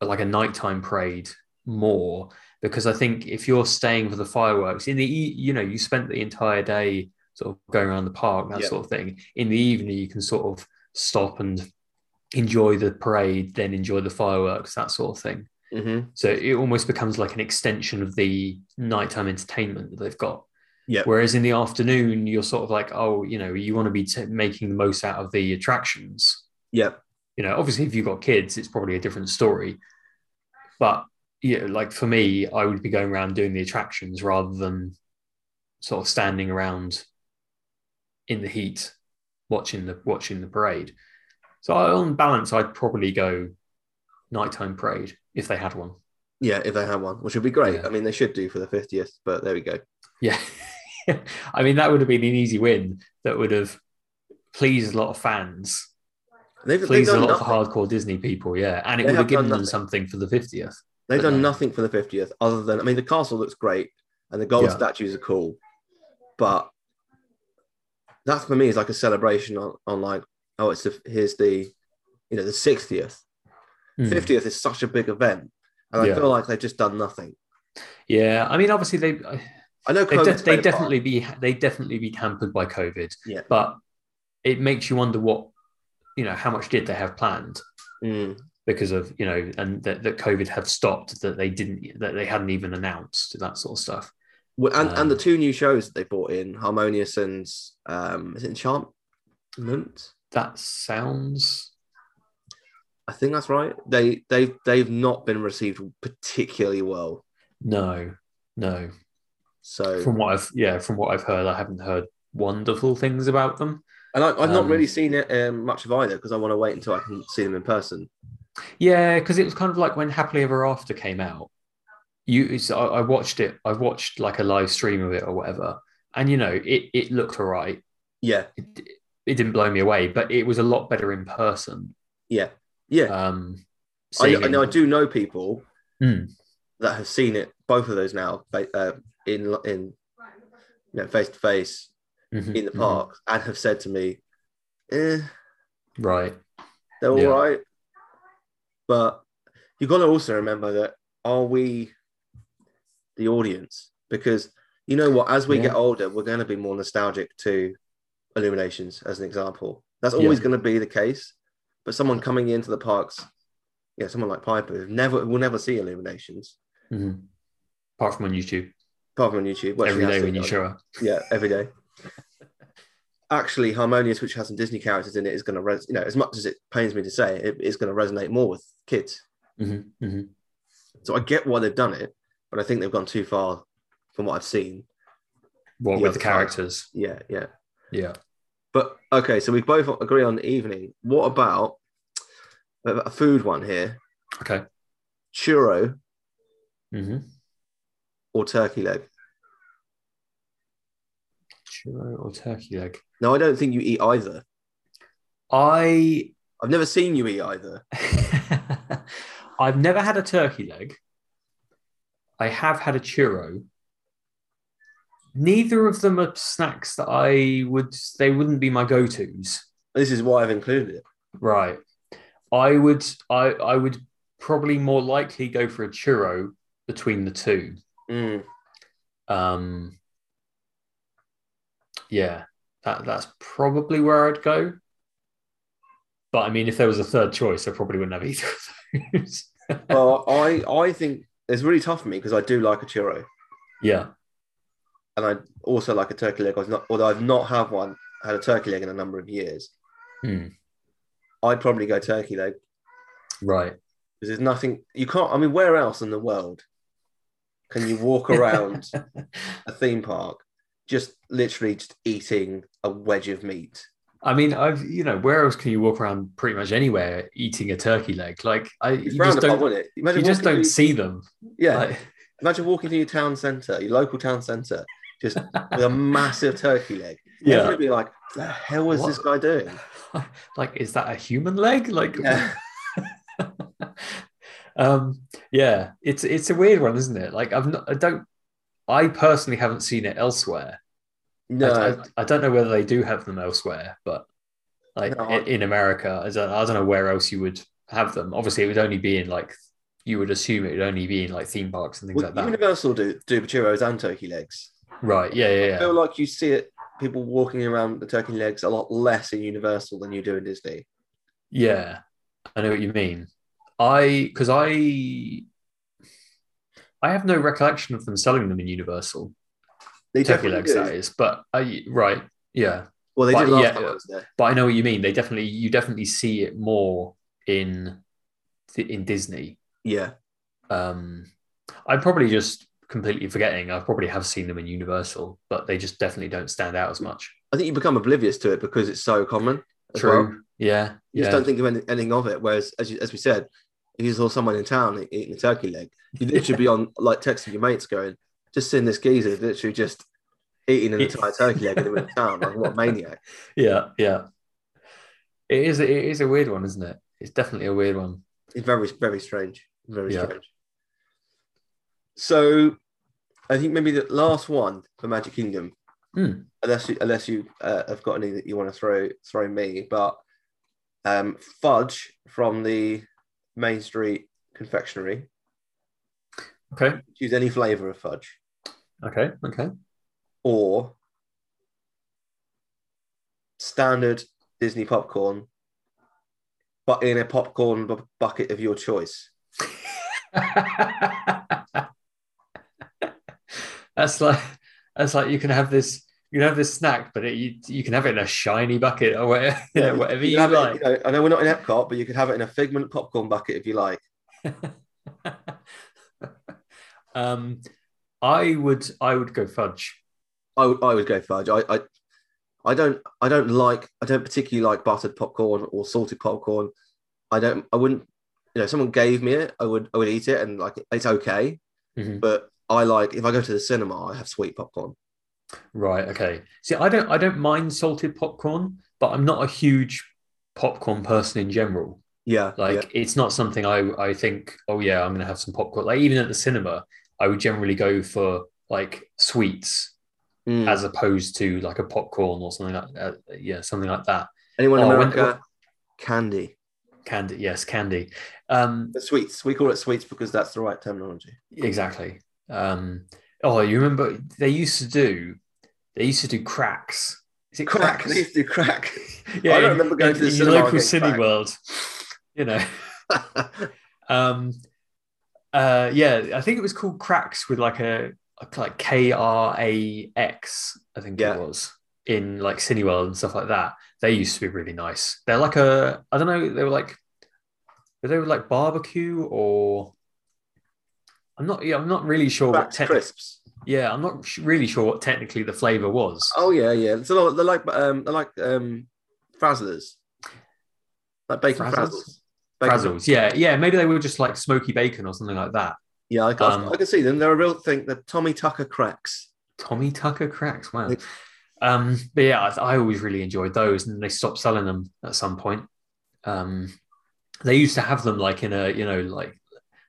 S2: like a nighttime parade, more because I think if you're staying for the fireworks in the e- you know you spent the entire day sort of going around the park that
S1: Yeah.
S2: sort of thing in the evening you can sort of stop and enjoy the parade then enjoy the fireworks that sort of thing
S1: Mm-hmm.
S2: so it almost becomes like an extension of the nighttime entertainment that they've got
S1: Yeah.
S2: whereas in the afternoon you're sort of like oh you know you want to be t- making the most out of the attractions
S1: Yeah.
S2: you know, obviously if you've got kids, it's probably a different story. But you know, like for me, I would be going around doing the attractions rather than sort of standing around in the heat watching the watching the parade. So I- on balance, I'd probably go nighttime parade if they had one.
S1: Yeah, if they had one, which would be great.
S2: Yeah.
S1: I mean, they should do for the 50th, but there we go.
S2: Yeah. I mean, that would have been an easy win that would have pleased a lot of fans,
S1: They've, they've
S2: pleased a
S1: done,
S2: lot of
S1: nothing.
S2: hardcore Disney people. Yeah. And it
S1: They
S2: would have
S1: have done
S2: given them
S1: nothing.
S2: something for the 50th.
S1: They've
S2: but
S1: done
S2: no.
S1: nothing for the 50th other than, I mean, the castle looks great and the gold
S2: Yeah.
S1: statues are cool, but that for me is like a celebration on, on like, oh, it's the, here's the, you know, the 60th.
S2: Mm.
S1: 50th is such a big event. And I
S2: Yeah.
S1: feel like they've just done nothing.
S2: Yeah, I mean, obviously they
S1: I know
S2: they,
S1: COVID's
S2: def- they
S1: played a part.
S2: definitely be they definitely be hampered by COVID.
S1: Yeah.
S2: but it makes you wonder what you know how much did they have planned
S1: Mm,
S2: because of you know and that, that COVID have stopped that they didn't that they hadn't even announced that sort of stuff.
S1: Well, and,
S2: Um,
S1: and the two new shows that they brought in, Harmonious and um, is it Enchantment?
S2: That sounds
S1: I think that's right. They they've they've not been received particularly well.
S2: no no
S1: So
S2: from what I've yeah from what I've heard I haven't heard wonderful things about them.
S1: and I, I've not
S2: um,
S1: really seen it um, much of either because I want to wait until I can see them in person.
S2: Yeah, because it was kind of like when Happily Ever After came out. You, it's, I, I watched it. I watched like a live stream of it or whatever, and you know, it it looked alright.
S1: Yeah,
S2: It, it didn't blow me away, but it was a lot better in person.
S1: yeah, yeah.
S2: Um,
S1: I,
S2: seeing
S1: I know I
S2: it.
S1: do know people
S2: Mm.
S1: that have seen it both of those now ba- uh, in in you know face to face
S2: Mhm,
S1: in the
S2: mhm.
S1: park and have said to me, eh,
S2: right?
S1: they're all right,
S2: Yeah.
S1: But you've got to also remember that are we the audience? Because you know what, as we
S2: Yeah.
S1: get older, we're going to be more nostalgic to Illuminations, as an example. That's always going to be the case. But someone coming into the parks, yeah, someone like Piper, who never will never see illuminations
S2: Mhm. Apart from on YouTube,
S1: apart from on YouTube. Well, she
S2: every
S1: has
S2: day
S1: to
S2: when you
S1: go.
S2: show up.
S1: Yeah, every day. Actually, Harmonious, which has some Disney characters in it, is going to res- you know as much as it pains me to say, it, it's going to resonate more with kids.
S2: Mhm, mhm.
S1: So I get why they've done it, but I think they've gone too far from what I've seen.
S2: What
S1: The
S2: with
S1: other
S2: the
S1: side.
S2: characters?
S1: Yeah, yeah.
S2: Yeah.
S1: But okay, so we both agree on evening. What about a food one here?
S2: Okay.
S1: Churro
S2: hmm
S1: or turkey leg?
S2: Churro or turkey leg?
S1: No, I don't think you eat either.
S2: I
S1: I've never seen you eat either.
S2: I've never had a turkey leg. I have had a churro. Neither of them are snacks that I would they wouldn't be my go-tos.
S1: This is why I've included it.
S2: Right. I would I I would probably more likely go for a churro between the two.
S1: Mm.
S2: Um yeah, that that's probably where I'd go. But I mean if there was a third choice, I probably wouldn't have either of those.
S1: Well, I I think it's really tough for me because I do like a churro
S2: yeah.
S1: and I also like a turkey leg. I was not, although I've not had one had a turkey leg in a number of years.
S2: Hmm.
S1: I'd probably go turkey leg
S2: Right.
S1: because there's nothing you can't. I mean, where else in the world can you walk around a theme park just literally just eating a wedge of meat?
S2: I mean, I've you know, where else can you walk around pretty much anywhere eating a turkey leg? Like I
S1: It's
S2: you
S1: round
S2: just
S1: about,
S2: don't
S1: wouldn't it?
S2: you
S1: Imagine
S2: just
S1: walking
S2: don't
S1: through-
S2: see them.
S1: Yeah,
S2: Like,
S1: imagine walking to your town centre, your local town centre, just with a massive turkey leg.
S2: yeah.
S1: Everyone would be like, "The hell was this guy doing?"
S2: like is that a human leg like
S1: Yeah.
S2: um yeah it's it's a weird one isn't it like i've not i don't i personally haven't seen it elsewhere
S1: No,
S2: I, I, I don't know whether they do have them elsewhere but like
S1: No,
S2: i-
S1: I-
S2: in, america I don't, I don't know where else you would have them obviously it would only be in like you would assume it would only be in like theme parks and things
S1: Well,
S2: like that
S1: Universal do do churros and turkey legs.
S2: right yeah yeah
S1: I
S2: yeah
S1: feel like you see it people walking around the turkey legs a lot less in Universal than you do in Disney.
S2: Yeah, I know what you mean. I because I I have no recollection of them selling them in Universal
S1: They
S2: turkey
S1: definitely
S2: legs,
S1: do.
S2: that is. But I right, yeah.
S1: Well, they
S2: But
S1: did last
S2: yeah,
S1: time I was there.
S2: But I know what you mean. They definitely you definitely see it more in in Disney.
S1: Yeah,
S2: Um, I'm probably just completely forgetting. I probably have seen them in Universal, but they just definitely don't stand out as much.
S1: I think you become oblivious to it because it's so common. as
S2: True.
S1: well.
S2: Yeah.
S1: You
S2: yeah.
S1: just don't think of any, anything of it. Whereas, as, you, as we said, if you saw someone in town e-, eating a turkey leg, you literally be on like texting your mates going, just seeing this geezer literally just eating an
S2: Yeah.
S1: entire turkey leg in the middle of town. Like, what a maniac.
S2: yeah. Yeah. It is. It is a weird one, isn't it? It's definitely a weird one.
S1: It's very, very strange. Very
S2: Yeah.
S1: strange. So, I think maybe the last one for Magic Kingdom,
S2: Hmm.
S1: unless you, unless you uh, have got any that you want to throw throw me, but um, fudge from the Main Street confectionery.
S2: Okay.
S1: Choose any flavor of fudge
S2: Okay. Okay.
S1: or standard Disney popcorn, but in a popcorn bu- bucket of your choice.
S2: that's like that's like you can have this you can have this snack, but it, you you can have it in a shiny bucket or whatever, you know, whatever you,
S1: have it-
S2: like.
S1: know, I know we're not in Epcot, but you could have it in a Figment popcorn bucket if you like.
S2: um, I would I would go fudge.
S1: I would, I would go fudge. I, I I don't I don't like I don't particularly like buttered popcorn or salted popcorn. I don't I wouldn't you know if someone gave me it I would I would eat it and like it's okay.
S2: Mhm.
S1: But I like if I go to the cinema I have sweet popcorn.
S2: Right. Okay. See, I don't I don't mind salted popcorn, but I'm not a huge popcorn person in general.
S1: Yeah,
S2: Like it's not something I I think, oh yeah, I'm gonna have some popcorn. Like even at the cinema, I would generally go for like sweets
S1: yeah. Mm.
S2: as opposed to like a popcorn or something like that. Yeah, something like that.
S1: anyone in
S2: Oh, when-
S1: America candy.
S2: Candy, yes, candy. Um,
S1: But sweets we call it sweets because that's the right terminology.
S2: exactly. Um, oh, you remember they used to do they used to do cracks Is it
S1: Crack. They
S2: Cracks?
S1: used to do crack.
S2: yeah,
S1: I don't
S2: in-
S1: remember going
S2: in-
S1: to the
S2: in
S1: cinema
S2: local
S1: against
S2: cine
S1: crack.
S2: world. You know, um, uh, yeah, I think it was called Cracks with like a like K R A X. I think
S1: Yeah.
S2: it was in like Cineworld and stuff like that. They used to be really nice. They're like a I don't know. They were like were they like barbecue or I'm not. Yeah, I'm not really sure
S1: Cracked
S2: what. Te-
S1: crisps.
S2: yeah, I'm not sh- really sure what technically the flavor was.
S1: Oh yeah, yeah. So they're like um, they're like um, frazzlers, like bacon
S2: Frazzles?
S1: frazzles. Bacon-
S2: Frazzles. Yeah, yeah. Maybe they were just like smoky bacon or something like that.
S1: Yeah, I, I-
S2: Um,
S1: I can see them. They're a real thing. They're Tommy Tucker cracks.
S2: Tommy Tucker cracks. Wow.
S1: Like-
S2: Um, but yeah, I, I always really enjoyed those, and they stopped selling them at some point. Um, they used to have them like in a you know like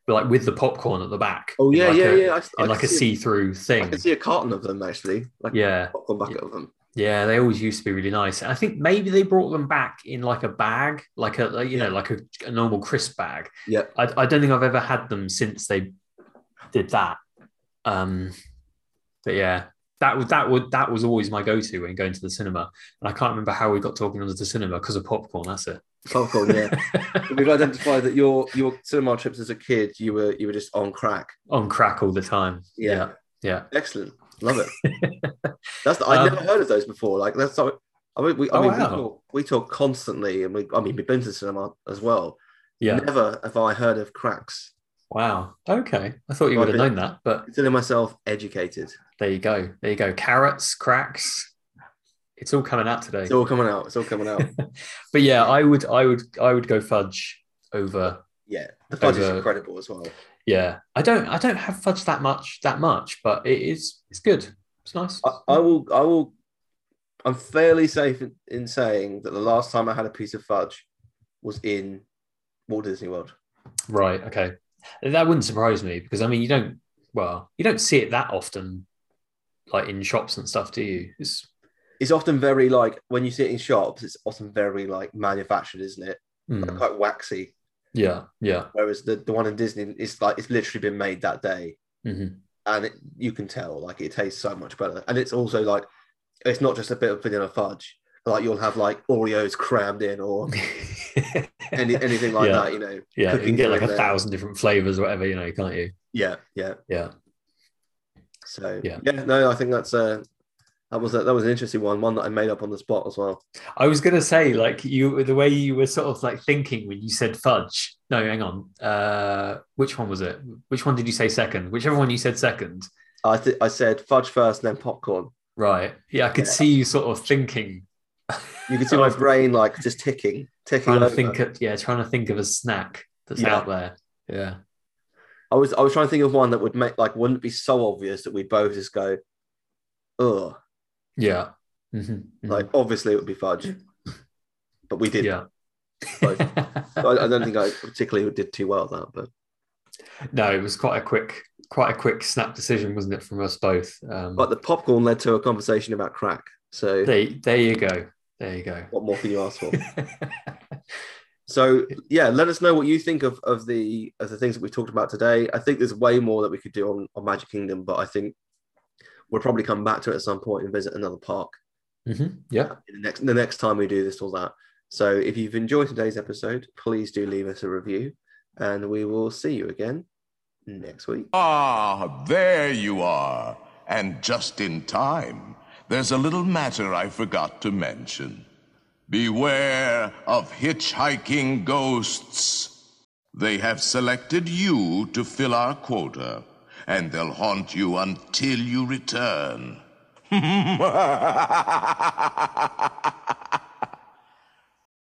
S2: like with the popcorn at the back.
S1: Oh
S2: in
S1: yeah,
S2: like
S1: yeah,
S2: a-
S1: yeah. I, I
S2: In like
S1: can
S2: a see-through
S1: I
S2: thing.
S1: can see a carton of them actually, like
S2: Yeah.
S1: a popcorn bucket of them.
S2: Yeah, they always used to be really nice. I think maybe they brought them back in like a bag, like a like, you know, like a, a normal crisp bag.
S1: Yeah.
S2: I, I don't think I've ever had them since they did that. Um, but yeah, that would that would that was always my go-to when going to the cinema. And I can't remember how we got talking under the cinema because of popcorn. That's it.
S1: Popcorn, yeah. We've identified that your your cinema trips as a kid, you were you were just on crack.
S2: On crack all the time.
S1: Yeah.
S2: yeah.
S1: Excellent, love it. that's the, I'd
S2: Um,
S1: never heard of those before. Like that's so. I mean, we, I
S2: Oh,
S1: mean, we,
S2: wow.
S1: talk, we talk constantly, and we I mean we've been to the cinema as well.
S2: Yeah. yeah.
S1: Never have I heard of cracks.
S2: Wow. Okay. I thought you
S1: Well,
S2: would have
S1: I
S2: known that, but
S1: Consider myself educated.
S2: there you go. There you go. Carrots, cracks. It's all coming out today.
S1: It's all coming out. It's all coming out.
S2: But yeah, I would, I would, I would go fudge over.
S1: Yeah, the fudge is
S2: Over-
S1: incredible as well.
S2: Yeah, I don't, I don't have fudge that much, that much, but it is, it's good. It's nice.
S1: I, I will. I will. I'm fairly safe in, in saying that the last time I had a piece of fudge was in Walt Disney World.
S2: right. Okay. That wouldn't surprise me because I mean, you don't, well, you don't see it that often, like in shops and stuff, do you? It's,
S1: It's often very like when you see it in shops, it's often very like manufactured, isn't it?
S2: hmm,
S1: Like, quite waxy.
S2: yeah, yeah,
S1: Whereas the, the one in Disney, it's like it's literally been made that day,
S2: mhm,
S1: and it, you can tell like it tastes so much better. And it's also like it's not just a bit of vanilla fudge. Like you'll have like Oreos crammed in or any, anything like
S2: Yeah.
S1: that. You know?
S2: yeah. You
S1: cooking
S2: can get like
S1: down
S2: a
S1: there.
S2: thousand different flavors, or whatever, you know, can't you?
S1: Yeah, yeah.
S2: Yeah.
S1: So yeah,
S2: Yeah.
S1: no, I think that's uh that was a, that was an interesting one, one that I made up on the spot as well.
S2: I was gonna say, like you, the way you were sort of like thinking when you said fudge. No, hang on. Uh, which one was it? Which one did you say second? Whichever one you said second.
S1: I th- I said fudge first, then popcorn.
S2: Right. Yeah, I could
S1: Yeah.
S2: see you sort of thinking,
S1: You can see my brain like just ticking, ticking.
S2: trying to
S1: over.
S2: think of yeah, trying to think of a snack that's
S1: Yeah.
S2: out there. Yeah.
S1: I was I was trying to think of one that would make like wouldn't be so obvious that we both just go, ugh.
S2: Yeah. hmm
S1: Like obviously it would be fudge, but we did.
S2: yeah.
S1: both. I, I don't think I particularly did too well at that, but
S2: no, it was quite a quick, quite a quick snap decision, wasn't it, from us both? Um,
S1: but the popcorn led to a conversation about crack. So
S2: there, there you go. There you go.
S1: what more can you ask for? So yeah, let us know what you think of of the of the things that we talked about today. I think there's way more that we could do on, on Magic Kingdom, but I think we'll probably come back to it at some point and visit another park
S2: Mhm. Yeah.
S1: in the next the next time we do this or that. So if you've enjoyed today's episode, please do leave us a review, and we will see you again next week.
S5: Ah, there you are. And just in time. There's a little matter I forgot to mention. Beware of hitchhiking ghosts. They have selected you to fill our quota, and they'll haunt you until you return.